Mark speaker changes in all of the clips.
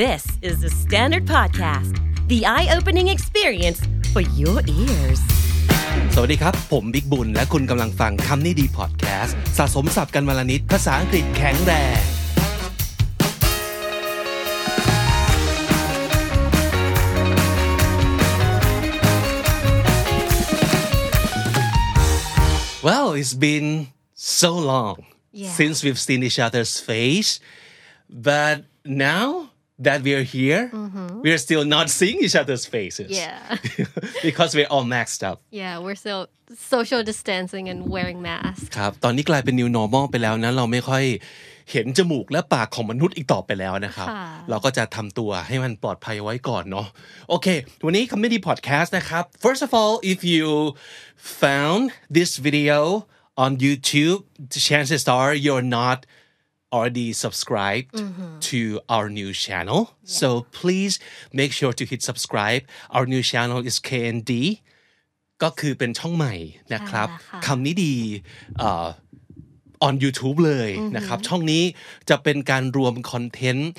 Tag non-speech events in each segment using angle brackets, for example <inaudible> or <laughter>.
Speaker 1: This is the Standard Podcast, the eye opening experience for your ears.
Speaker 2: สวัสดีครับ ผมบิ๊กบุญ และคุณกำลังฟังคำนี้ดีพอดแคสต์สะสมสับกันวลนิดภาษาอังกฤษแข็งแรง Well, it's been so long
Speaker 1: Yeah.
Speaker 2: since we've seen each other's face, but now that we are here, we are still not seeing each other's faces
Speaker 3: Yeah.
Speaker 2: <laughs> because we're all maxed up.
Speaker 3: Yeah, we're still social distancing and wearing masks.
Speaker 2: ครับตอนนี้กลายเป็น new normal ไปแล้วนะ เราไม่ค่อยเห็นจมูกและปากของมนุษย์อีกต่อไปแล้วนะครับ
Speaker 3: ค่ะ
Speaker 2: เราก็จะทำตัวให้มันปลอดภัยไว้ก่อนเนาะโอเค วันนี้คำนี้ดีพอดแคสต์นะครับ first of all if you found this video on YouTube the chances are you're not already subscribed to our new channel. So please make sure to hit subscribe. Our new channel is KND ก็คือเป็นช่องใหม่นะครับ
Speaker 3: ใช่แล้วค่ะ
Speaker 2: คำนี้ดีเอ่อ on YouTube เลยนะครับ ช่องนี้จะเป็นการรวมคอนเทนต์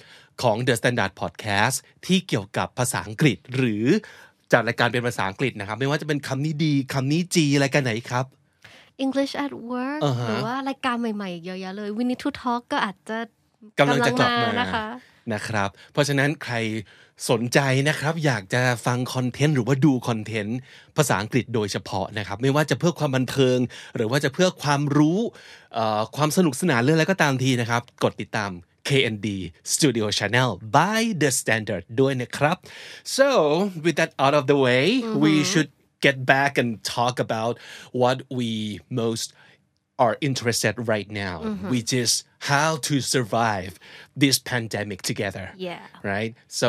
Speaker 2: ของ The Standard Podcast ที่เกี่ยวกับภาษาอังกฤษ หรือจัดรายการเป็นภาษาอังกฤษนะครับ ไม่ว่าจะเป็นคำนี้ดีคำนี้จีรายการไหนครับ
Speaker 3: English at work
Speaker 2: อ่าฮะ
Speaker 3: หรือว่ารายการใหม่ๆอีกเยอะๆเลย We need to talk ก็อาจจะ
Speaker 2: กำลังจะกลับมา
Speaker 3: ำงนะคะ
Speaker 2: นะครับ เพราะฉะนั้นใครสนใจนะครับ อยากจะฟังคอนเทนต์หรือว่าดูคอนเทนต์ภาษาอังกฤษโดยเฉพาะนะครับ ไม่ว่าจะเพื่อความบันเทิง หรือว่าจะเพื่อความรู้เอ่อความสนุกสนานเรื่องอะไรก็ตามทีนะครับ กดติดตาม KND Studio Channel by The Standard ด้วยนะครับ so with that out of the way we should get back and talk about what we most are interested right now, which is how to survive this pandemic together.
Speaker 3: Yeah.
Speaker 2: Right? So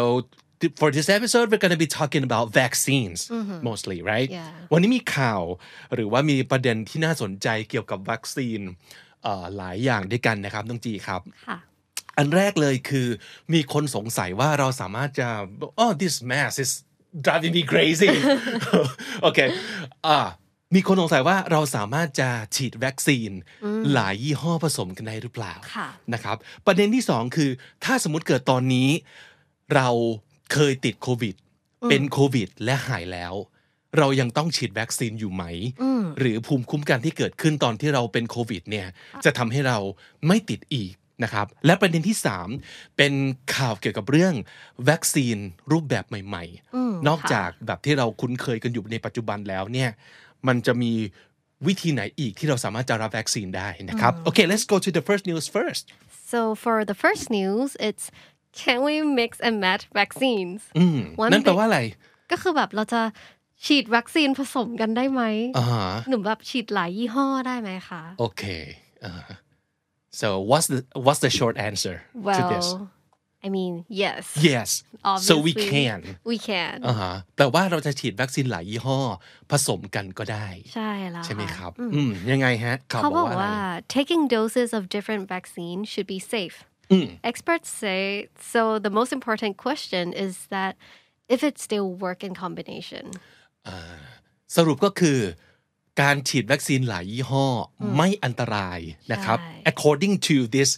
Speaker 2: th- for this episode, we're going to be talking about vaccines mostly, right?
Speaker 3: Yeah.
Speaker 2: วันนี้มีข่าวหรือว่ามีประเด็นที่น่าสนใจเกี่ยวกับวัคซีนเอ่อหลายอย่างด้วยกันนะครับน้องจีครับ
Speaker 3: ค่ะ
Speaker 2: อันแรกเลยคือมีคนสงสัยว่าเราสามารถจะ oh this mask is driving me crazy โอเคอ่ามีคนสงสัยว่าเราสามารถจะฉีดวัคซีน หลายยี่ห้อผสมกันได้หรือเปล่า
Speaker 3: ค่ะ
Speaker 2: นะครับ ประเด็นที่สองคือ ถ้าสมมติเกิดตอนนี้ เราเคยติดโควิด เป็นโควิด และหายแล้ว เรายังต้องฉีดวัคซีนอยู่ไหม หรือภูมิคุ้มกันที่เกิดขึ้นตอนที่เราเป็นโควิดเนี่ยจะทำให้เราไม่ติดอีกนะครับ และประเด็นที่ 3 เป็นข่าวเกี่ยวกับเรื่องวัคซีนรูปแบบใหม่ๆ นอกจากแบบที่เราคุ้นเคยกันอยู่ในปัจจุบันแล้วเนี่ยมันจะมีวิธีไหนอีกที่เราสามารถจะรับวัคซีนได้นะครับโอเค let's go to the first news first
Speaker 3: So for the first news, it's can we mix and match vaccines?
Speaker 2: นั่นแปลว่าอะไร
Speaker 3: ก็คือแบบเราจะฉีดวัคซีนผสมกันได้ไหม
Speaker 2: อ่าฮะ
Speaker 3: หนุ่มแบบฉีดหลายยี่ห้อได้ไหมคะ
Speaker 2: Okay. Uh, so what's the what's the short answer to this?
Speaker 3: Well, I mean, yes.
Speaker 2: Yes. So we
Speaker 3: obviously.
Speaker 2: can.
Speaker 3: We can.
Speaker 2: อ่าฮะแต่ว่าเราจะฉีดวัคซีนหลายยี่ห้อ ผสมกันก็ได้
Speaker 3: ใช่แล้ว
Speaker 2: ใช่ไหมค
Speaker 3: ค่ะ
Speaker 2: รับ อืมยังไงฮะข่าว
Speaker 3: เขา
Speaker 2: บบ อ
Speaker 3: อก ก
Speaker 2: ว่าอะไร
Speaker 3: ว่า taking doses of different vaccines should be safe. Experts say so. The most important question is that if it still work in combination.
Speaker 2: สรุปก็คือ การฉีดวัคซีนหลายยี่ห้ออไม่อันตรายนะครับ
Speaker 3: ใช่
Speaker 2: according to this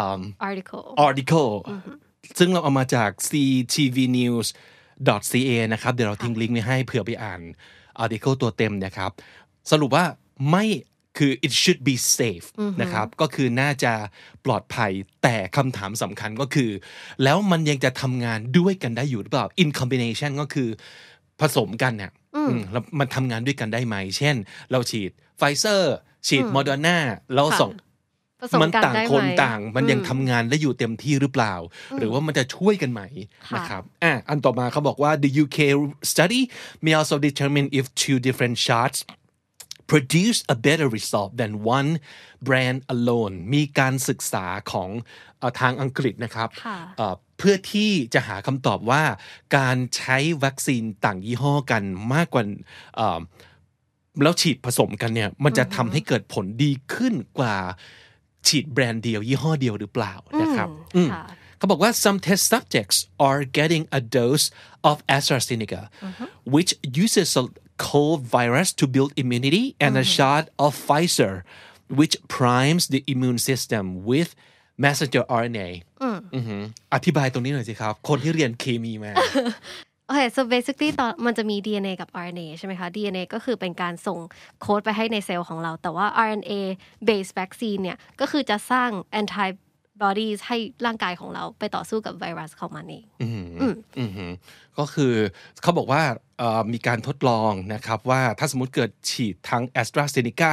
Speaker 2: um,
Speaker 3: Article.
Speaker 2: article ซึ่งเราเอามาจาก ctvnews.ca นะครับ เดี๋ยวเราทิ้งลิงก์ไว้ให้เผื่อไปอ่าน article ตัวเต็มนะครับ สรุปว่าไม่คือ it should be safe นะครับ ก็คือน่าจะปลอดภัยแต่คำถามสำคัญก็คือ แล้วมันยังจะทำงานด้วยกันได้อยู่หรือเปล่า in combination ก็คือผสมกันเนี่ยอืมแล้วมันทำงานด้วยกันได้ไหม เช่น เราฉีดไฟเซอร์ฉีดโมเดอร์นาแล้วส่ง
Speaker 3: ผสม
Speaker 2: มัน
Speaker 3: กัน
Speaker 2: ต่าง
Speaker 3: ได้
Speaker 2: ค
Speaker 3: ไหม
Speaker 2: นต่างมันยังทำงานและอยู่เต็มที่หรือเปล่า หรือว่ามันจะช่วยกันไหม
Speaker 3: ค่ะ
Speaker 2: นะครับอ่ะอันต่อมาเขาบอกว่า the UK study may also determine if two different shots produce a better result than one brand alone มีการศึกษาของเอ่อทางอังกฤษนะครับเอ่อเพื่อที่จะหาคำตอบว่าการใช้วัคซีนต่างยี่ห้อกันมากกว่าเอ่อ แล้วฉีดผสมกันเนี่ย มันจะทำให้เกิดผลดีขึ้นกว่า ฉีดแบรนด์เดียว ยี่ห้อเดียวหรือเปล่านะครับอืม
Speaker 3: ค่ะ
Speaker 2: เขาบอกว่า some test subjects are getting a dose of AstraZeneca which uses a cold virus to build immunity and a shot of Pfizer which primes the immune system with messenger RNA อือหืออธิบายตรงนี้หน่อยสิครับ คนที่เรียนเคมีมา
Speaker 3: Okay, so basically ตอนมันจะมี DNA กับ RNA ใช่ไหมคะ DNA ก็คือเป็นการส่งโค้ดไปให้ในเซลล์ของเรา แต่ว่า RNA based vaccine เนี่ย ก็คือจะสร้าง antibodies ให้ร่างกายของเราไปต่อสู้กับไวรัสของมันเอง
Speaker 2: อือหือก็คือเขาบอกว่าเอ่อมีการทดลองนะครับว่าถ้าสมมติเกิดฉีดทั้งแอสตราเซเนกา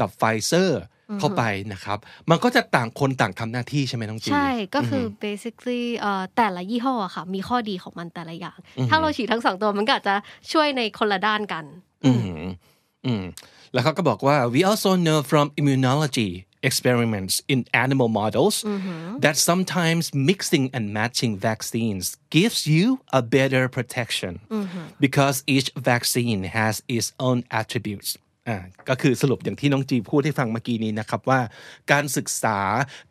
Speaker 2: กับไฟเซอร์เข้าไปนะครับ มันก็จะต่างคนต่างทำหน้าที่ใช่ไหมน้องจี
Speaker 3: ใช่ ก็คืออ basically เอ่อแต่ละยี่ห้ออะค่ะ มีข้อดีของมันแต่ละอย่าง ถ้าเราฉีดทั้งสองตัวมันก็อาจจะช่วยในคนละด้านกัน
Speaker 2: อืมอืมแล้วเขาก็บอกว่า we also know from immunology experiments in animal models that sometimes mixing and matching vaccines gives you a better protection because each vaccine has its own attributes อ่าก็คือสรุปอย่างที่น้องจีพูดให้ฟังเมื่อกี้นี้นะครับว่า การศึกษา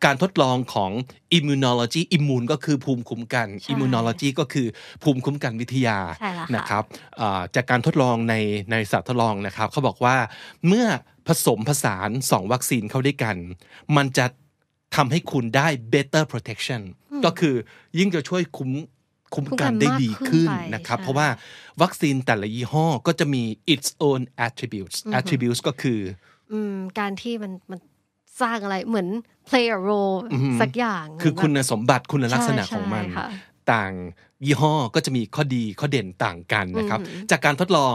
Speaker 2: การทดลองของ immunology immune ก็คือภูมิคุ้มกัน immunology ก็คือภูมิคุ้มกันวิทยา
Speaker 3: ใช่แล้วค่ะ
Speaker 2: นะครับ ครับอ่าจากการทดลองในในสัตว์ทดลองนะครับเขาบอกว่าเมื่อผสมผสานสองวัคซีนเข้าด้วยกัน มันจะทำให้คุณได้ better protection ก็คือยิ่งจะช่วยคุ้มคุ้ม
Speaker 3: คุ้มกั
Speaker 2: กัน
Speaker 3: น
Speaker 2: ได้
Speaker 3: มาก
Speaker 2: ดี
Speaker 3: ขึ้น
Speaker 2: ขึ้น
Speaker 3: ไป
Speaker 2: นะครับ
Speaker 3: ใช่
Speaker 2: เพราะว่าวัคซีนแต่ละยี่ห้อก็จะมี its own attributes attributes ก็คือ
Speaker 3: อืมการที่มันมันสร้างอะไรเหมือน play a role สักอย่าง
Speaker 2: คือคุณสมบัติคุณลักษณะ
Speaker 3: ใช่
Speaker 2: ของมัน
Speaker 3: ใช่ค่ะ
Speaker 2: ต่างยี่ห้อก็จะมีข้อดีข้อเด่นต่างกันนะครับ จากการทดลอง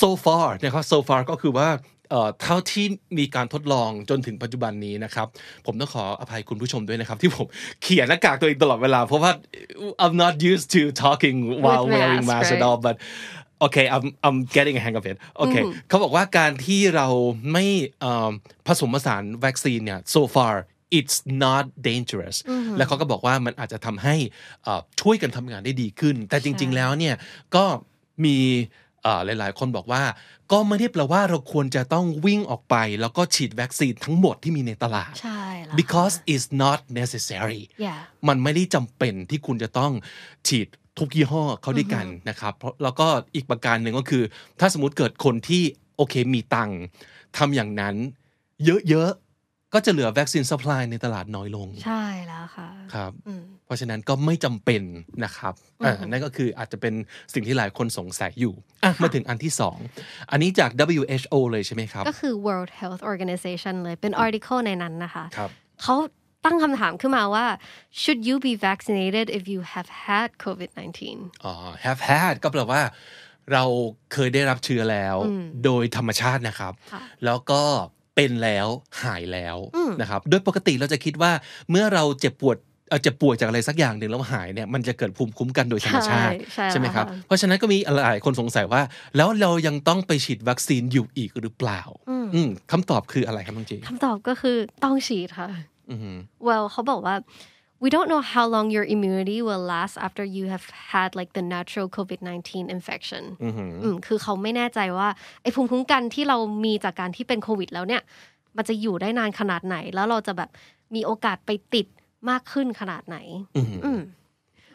Speaker 2: so far นะครับ so far ก็คือว่าเอ่อเท่าที่มีการทดลองจนถึงปัจจุบันนี้นะครับ ผมต้องขออภัยคุณผู้ชมด้วยนะครับ ที่ผมเขียนหน้ากากตัวเองตลอดเวลา เพราะว่า I'm not used to talking while
Speaker 3: With
Speaker 2: wearing
Speaker 3: mask,
Speaker 2: mask and
Speaker 3: right?
Speaker 2: all but okay I'm I'm getting a hang of it okay เขาบอกว่าการที่เราไม่เอิ่มผสมผสานวัคซีนเนี่ย so far it's not dangerous แล้วเขาก็บอกว่ามันอาจจะทำให้เอ่อช่วยกันทำงานได้ดีขึ้น แต่จริง ๆ แล้วเนี่ยก็มีเอ่อหลาย ๆ คนบอกว่า ก็ไม่ได้แปลว่าเราควรจะต้องวิ่งออกไป แล้วก็ฉีดวัคซีนทั้งหมดที่มีในตลาด
Speaker 3: ใช่แล้ว
Speaker 2: because it's not necessary
Speaker 3: Yeah
Speaker 2: มันไม่ได้จำเป็นที่คุณจะต้องฉีดทุกยี่ห้อเขาด้วยกันนะครับเพราะแล้วก็อีกประการหนึ่งก็คือ ถ้าสมมติเกิดคนที่โอเคมีตังค์ทำอย่างนั้น เยอะๆ ก็จะเหลือวัคซีน supply ในตลาดน้อยลง
Speaker 3: ใช่แล้วค่ะ
Speaker 2: ครับ
Speaker 3: อืม
Speaker 2: เพราะฉะนั้นก็ไม่จำเป็นนะครับอ่านั่นก็คืออาจจะเป็นสิ่งที่หลายคนสงสัยอยู่อ่ะมาถึงอันที่สองอันนี้จาก WHO เลยใช่ไหมครับ
Speaker 3: ก็คือ World Health Organization เลยเป็น article ในนั้นนะคะ
Speaker 2: ครับ
Speaker 3: เขาตั้งคำถามขึ้นมาว่า should you be vaccinated if you have had COVID-19
Speaker 2: อ๋อ have had ก็แปลว่า เราเคยได้รับเชื้อแล้ว โดยธรรมชาตินะครับ แล้วก็เป็นแล้วหายแล้วนะครับ โดยปกติเราจะคิดว่าเมื่อเราเจ็บปวดเอ่อเจ็บป่วยจากอะไรสักอย่างหนึ่งแล้วหายเนี่ยมันจะเกิดภูมิคุ้มกันโดยธรรมชาติ
Speaker 3: ใช่ใช่
Speaker 2: ไหมครับ
Speaker 3: แล้วค่ะ
Speaker 2: เพราะฉะนั้นก็มีหลายคนสงสัยว่า แล้วเรายังต้องไปฉีดวัคซีนอยู่อีกหรือเปล่า อืมคำตอบคืออะไรครับน้องจี
Speaker 3: คำตอบก็คือต้องฉีดค่ะ
Speaker 2: อือหือ
Speaker 3: well เขาบอกว่า we don't know how long your immunity will last after you have had like the natural COVID-19 infection อืมคือเขาไม่แน่ใจว่าไอ้ภูมิคุ้มกันที่เรามีจากการที่เป็นโควิดแล้วเนี่ย มันจะอยู่ได้นานขนาดไหน แล้วเราจะแบบมีโอกาสไปติดมากขึ้นขนาดไหน อืม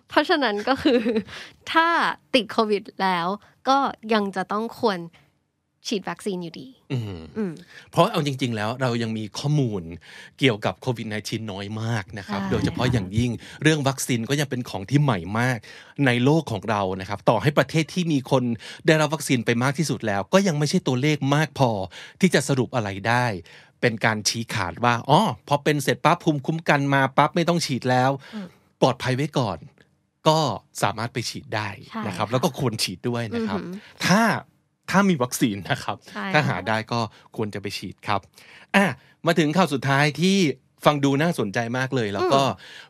Speaker 3: เพราะฉะนั้นก็คือ <laughs> ถ้าติดโควิดแล้ว ก็ยังจะต้องควรฉีดวัคซีนอยู่ดี
Speaker 2: อือหือ
Speaker 3: อืม
Speaker 2: เพราะเอาจริง ๆ แล้วเรายังมีข้อมูลเกี่ยวกับโควิด -19 น้อยมากนะครับ
Speaker 3: ใช่
Speaker 2: โดยเฉพาะอย่างยิ่งเรื่องวัคซีนก็ยังเป็นของที่ใหม่มากในโลกของเรานะครับ ต่อให้ประเทศที่มีคนได้รับวัคซีนไปมากที่สุดแล้ว ก็ยังไม่ใช่ตัวเลขมากพอที่จะสรุปอะไรได้ เป็นการชี้ขาดว่าอ๋อพอเป็นเสร็จปั๊บภูมิคุ้มกันมาปั๊บไม่ต้องฉีดแล้ว ปลอดภัยไว้ก่อน ก็สามารถไปฉีดได้นะครับ
Speaker 3: ใช่ค่ะ
Speaker 2: แล้วก็ควรฉีดด้วยนะครับ ถ้าถ้ามีวัคซีนนะครับ
Speaker 3: ใช่
Speaker 2: ถ้า
Speaker 3: ค่ะ
Speaker 2: หา ได้ก็ควรจะไปฉีดครับอ่ะมาถึงข่าวสุดท้ายที่ฟังดูน่าสนใจมากเลย แล้วก็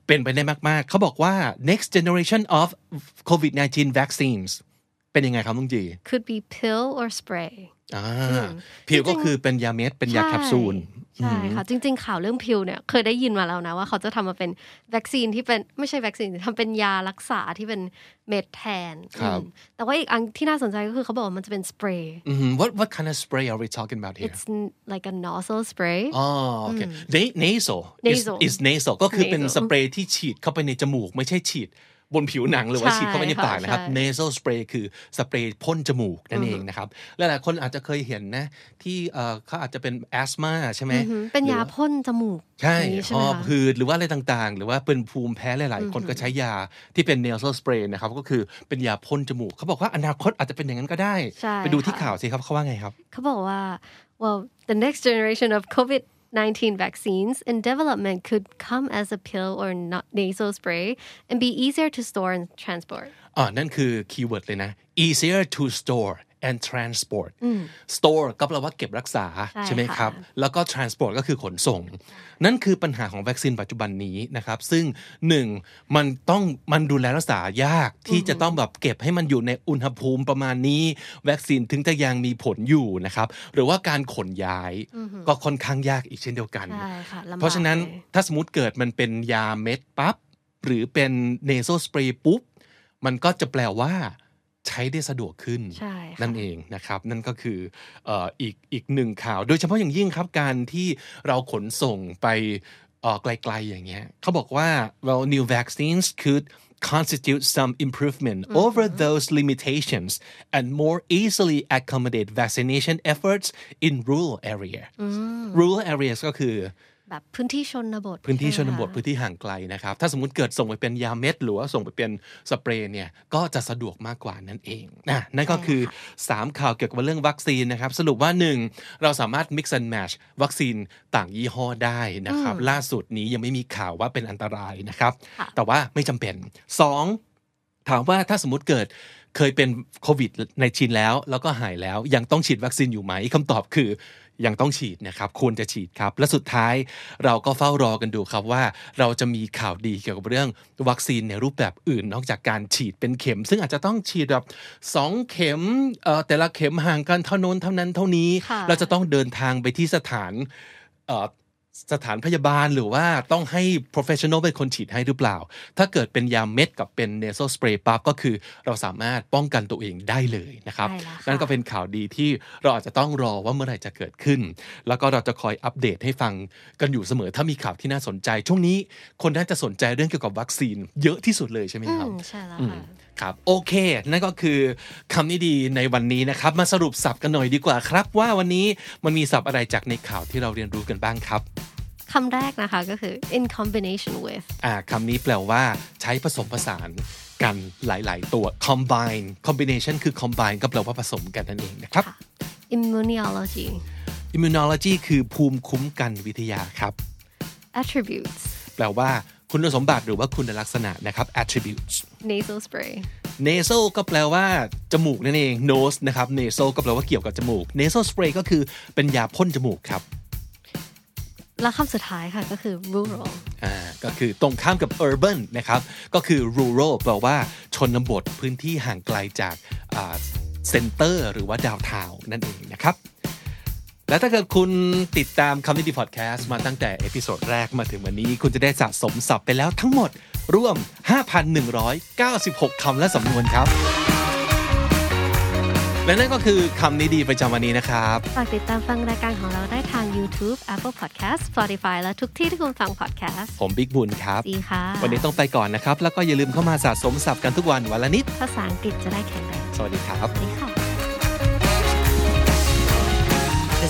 Speaker 2: เป็นไปได้มาก ๆ เขาบอกว่า next generation of COVID-19 vaccines เป็นยังไงครับลุงจี
Speaker 3: could be pill or spray
Speaker 2: อ่าพิวก็คือเป็นยาเม็ด เป็นยาแคปซูล
Speaker 3: ใช่ค่ะ จริง ๆ ข่าวเรื่องพิลเนี่ยเคยได้ยินมาแล้วนะ ว่าเขาจะทำมาเป็นวัคซีนที่เป็นไม่ใช่วัคซีนทำเป็นยารักษาที่เป็นเม็ดแทน
Speaker 2: ครับ
Speaker 3: อืมแต่ว่าอีกอันที่น่าสนใจก็คือเขาบอกว่ามันจะเป็นสเปรย์
Speaker 2: อืม what what kind of spray are we talking about here
Speaker 3: it's n- like a nozzle spray
Speaker 2: อ๋อโอเค Na- nasal is-
Speaker 3: Nasal
Speaker 2: is nasal ก็คือเป็น
Speaker 3: Nasal
Speaker 2: สเปรย์ที่ฉีดเข้าไปในจมูก ไม่ใช่ฉีด บนผิวหนังหรือว่า
Speaker 3: ใช่
Speaker 2: ฉีดเข้าไปในปากนะครับ
Speaker 3: ใช่
Speaker 2: nasal spray คือสเปรย์พ่นจมูกนั่นเองนะครับหลายๆคนอาจจะเคยเห็นนะ ที่เอ่อเขาอาจจะเป็นแอสมาใช่ไหม
Speaker 3: อือหือเป็นยาพ่นจมูก
Speaker 2: ใช่
Speaker 3: อย่างนี้
Speaker 2: ห
Speaker 3: ใช่ไหม
Speaker 2: อบ
Speaker 3: คะ
Speaker 2: หืดหรือว่าอะไรต่างๆ หรือว่าเป็นภูมิแพ้หลายๆ คนก็ใช้ยาที่เป็น nasal spray นะครับ ก็คือเป็นยาพ่นจมูก เขาบอกว่าอนาคตอาจจะเป็นอย่างนั้นก็ได้
Speaker 3: ใช่
Speaker 2: ไปดูที่
Speaker 3: ค่ะ
Speaker 2: ข่าวสิครับเขาว่าไงครับ
Speaker 3: เขาบอกว่า well the next generation of COVID 19 vaccines in development could come as a pill or not nasal spray and be easier to store and transport
Speaker 2: อ่านั่นคือคีย์เวิร์ดเลยนะ easier to store and transport store ก็แปลว่าเก็บรักษา
Speaker 3: ใช่
Speaker 2: ไหมครับ
Speaker 3: ค่ะ
Speaker 2: แล้วก็ transport ก็คือขนส่ง นั่นคือปัญหาของวัคซีนปัจจุบันนี้นะครับ ซึ่งหนึ่งมันต้องมันดูแลรักษายากที่จะต้องแบบเก็บให้มันอยู่ในอุณหภูมิประมาณนี้ วัคซีนถึงจะยังมีผลอยู่นะครับ หรือว่าการขนย้ายก็ค่อนข้างยากอีกเช่นเดียวกัน
Speaker 3: ใช่ค่ะลำบก
Speaker 2: เพราะฉะนั้น
Speaker 3: เลย
Speaker 2: ถ้าสมมติเกิดมันเป็นยาเม็ดปั๊บ หรือเป็นเนโซสเปรย์ปุ๊บ มันก็จะแปลว่า ใช้ได้สะดวกขึ้น
Speaker 3: ใช่ค่ะ
Speaker 2: นั่นเองนะครับ นั่นก็คือเอ่ออีกอีกหนึ่งข่าว โดยเฉพาะอย่างยิ่งครับการที่เราขนส่งไปเอ่อไกลๆอย่างเงี้ยเขาบอกว่า well new vaccines could constitute some improvement over those limitations and more easily accommodate vaccination efforts in rural area rural areas ก็คือ
Speaker 3: แบบพื้นที่ชนบท
Speaker 2: พื้นที่ช
Speaker 3: ใไห
Speaker 2: น
Speaker 3: มคะ
Speaker 2: บทพื้นที่ห่างไกลนะครับ ถ้าสมมติเกิดส่งไปเป็นยาเม็ด หรือว่าส่งไปเป็นสเปรย์เนี่ยก็จะสะดวกมากกว่านั่นเองนะนั่นก็คือ 3 ข่าวเกี่ยวกับเรื่องวัคซีนนะครับ สรุปว่า 1 เราสามารถ mix and match วัคซีนต่างยี่ห้อได้นะครับ ล่าสุดนี้ยังไม่มีข่าวว่าเป็นอันตรายนะครับ
Speaker 3: ค่ะ
Speaker 2: แต่ว่าไม่จำเป็น 2 ถามว่าถ้าสมมติเกิดเคยเป็นโควิดในชินแล้ว แล้วก็หายแล้วยังต้องฉีดวัคซีนอยู่ไหมคำตอบคือยังต้องฉีดนะครับ ควรจะฉีดครับ และสุดท้ายเราก็เฝ้ารอกันดูครับว่า เราจะมีข่าวดีเกี่ยวกับเรื่องวัคซีนในรูปแบบอื่น นอกจากการฉีดเป็นเข็ม ซึ่งอาจจะต้องฉีดแบบสองเข็มเอ่อแต่ละเข็มห่างกันเท่าโน้นเท่านั้นเท่านี้
Speaker 3: ค่ะ
Speaker 2: เราจะต้องเดินทางไปที่สถานเอ่อ สถานพยาบาลหรือว่าต้องให้ professional เป็นคนฉีดให้หรือเปล่า ถ้าเกิดเป็นยาเม็ดกับเป็น nasal spray ปั๊บก็คือเราสามารถป้องกันตัวเองได้เลยนะครับ
Speaker 3: ได้แล้วค่ะ
Speaker 2: นั่นก็เป็นข่าวดีที่เราอาจจะต้องรอว่าเมื่อไหร่จะเกิดขึ้น แล้วก็เราจะคอยอัปเดตให้ฟังกันอยู่เสมอ ถ้ามีข่าวที่น่าสนใจ ช่วงนี้คนน่าจะสนใจเรื่องเกี่ยวกับวัคซีน เยอะที่สุดเลยใช่ไหม
Speaker 3: อื
Speaker 2: ครับ
Speaker 3: มใช่แล้ว
Speaker 2: อืมค
Speaker 3: ค่ะ
Speaker 2: รับโอเค นั่นก็คือคำนี้ดีในวันนี้นะครับ มาสรุปสับกันหน่อยดีกว่าครับ ว่าวันนี้มันมีสับอะไรจากในข่าวที่เราเรียนรู้กันบ้างครับ
Speaker 3: คำแรกนะคะก็คือ in combination with
Speaker 2: อ่าคำนี้แปลว่าใช้ผสมผสานกันหลาย ๆ ตัว combine combination คือ combine ก็แปลว่าผสมกันนั่นเองนะครับ
Speaker 3: immunology
Speaker 2: immunology คือภูมิคุ้มกันวิทยาครับ
Speaker 3: attributes
Speaker 2: แปลว่าคุณสมบัติหรือว่าคุณลักษณะนะครับ attributes
Speaker 3: nasal spray
Speaker 2: nasal ก็แปลว่า จมูกนั่นเอง nose นะครับ nasal ก็แปลว่าเกี่ยวกับจมูก nasal spray ก็คือเป็นยาพ่นจมูกครับ
Speaker 3: และคำสุดท้ายค่ะก็คือ rural
Speaker 2: อ่าก็คือตรงข้ามกับ urban นะครับ ก็คือ rural แปลว่าชนบทพื้นที่ห่างไกลจากเซ็นเตอร์หรือว่าดาวทาวนั่นเองนะครับ และถ้าเกิดคุณติดตามคำนิดีพอดแคสต์มาตั้งแต่เอพิโซดแรกมาถึงวันนี้ คุณจะได้สะสมศัพท์ไปแล้วทั้งหมดรวม 5,196 คำและสำนวนครับ และนั่นก็คือคำนิดีประจำวันนี้นะครับ
Speaker 3: ฝากติดตามฟังรายการของเราได้ทาง YouTube Apple Podcast Spotify และทุกที่ที่คุณฟัง podcast
Speaker 2: ผมบิ๊กบุญครับ
Speaker 3: ดีค่ะ
Speaker 2: วันนี้ต้องไปก่อนนะครับ แล้วก็อย่าลืมเข้ามาสะสมศัพท์กันทุกวันวันละนิด
Speaker 3: ภาษาอังกฤษจะได้แข็งแรง
Speaker 2: สวัสดีครับ
Speaker 3: ดีค่ะ
Speaker 1: The